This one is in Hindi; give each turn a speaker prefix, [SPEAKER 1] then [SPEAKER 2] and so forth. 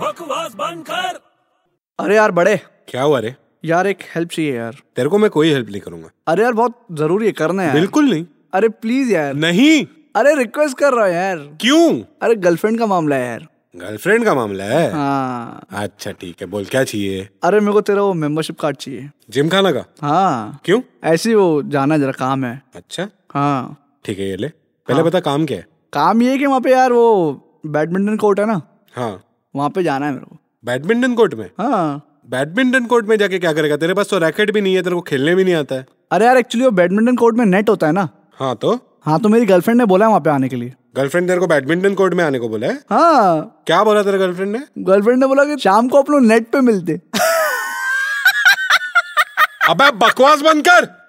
[SPEAKER 1] बकवास बंद कर
[SPEAKER 2] अरे यार बड़े
[SPEAKER 3] क्या हुआ रे
[SPEAKER 2] यार एक हेल्प चाहिए यार
[SPEAKER 3] तेरे को मैं कोई हेल्प नहीं करूंगा
[SPEAKER 2] अरे यार बहुत जरूरी है करना है यार
[SPEAKER 3] बिल्कुल नहीं
[SPEAKER 2] अरे प्लीज यार
[SPEAKER 3] नहीं
[SPEAKER 2] अरे रिक्वेस्ट कर रहा हूँ यार
[SPEAKER 3] क्यों
[SPEAKER 2] अरे गर्लफ्रेंड का मामला है यार
[SPEAKER 3] गर्लफ्रेंड का मामला है
[SPEAKER 2] हाँ
[SPEAKER 3] अच्छा ठीक है बोल क्या चाहिए
[SPEAKER 2] अरे मेरे को तेरा वो मेंबरशिप कार्ड चाहिए
[SPEAKER 3] जिम खाना का
[SPEAKER 2] हाँ
[SPEAKER 3] क्यों
[SPEAKER 2] ऐसी वो जाना जरा काम है
[SPEAKER 3] अच्छा
[SPEAKER 2] हाँ
[SPEAKER 3] ठीक है ये ले पहले बता काम क्या है
[SPEAKER 2] काम ये है कि वहाँ पे यार वो बैडमिंटन कोर्ट है ना
[SPEAKER 3] हाँ
[SPEAKER 2] वहाँ पे जाना है मेरे को
[SPEAKER 3] बैडमिंटन कोर्ट में
[SPEAKER 2] हाँ
[SPEAKER 3] बैडमिंटन कोर्ट में जाके क्या करेगा तेरे पास तो रैकेट भी नहीं है तेरे को खेलने भी नहीं आता है
[SPEAKER 2] अरे यार एक्चुअली वो बैडमिंटन कोर्ट में नेट होता है ना
[SPEAKER 3] हाँ तो
[SPEAKER 2] हाँ तो मेरी गर्लफ्रेंड ने बोला है वहाँ पे आने के लिए
[SPEAKER 3] गर्लफ्रेंड तेरे को बैडमिंटन कोर्ट में आने को बोला है
[SPEAKER 2] हाँ
[SPEAKER 3] क्या बोला तेरे गर्लफ्रेंड ने
[SPEAKER 2] गर्लफ्रेंड ने बोला कि शाम को अपनों नेट पे मिलते
[SPEAKER 3] अबे बकवास बंद कर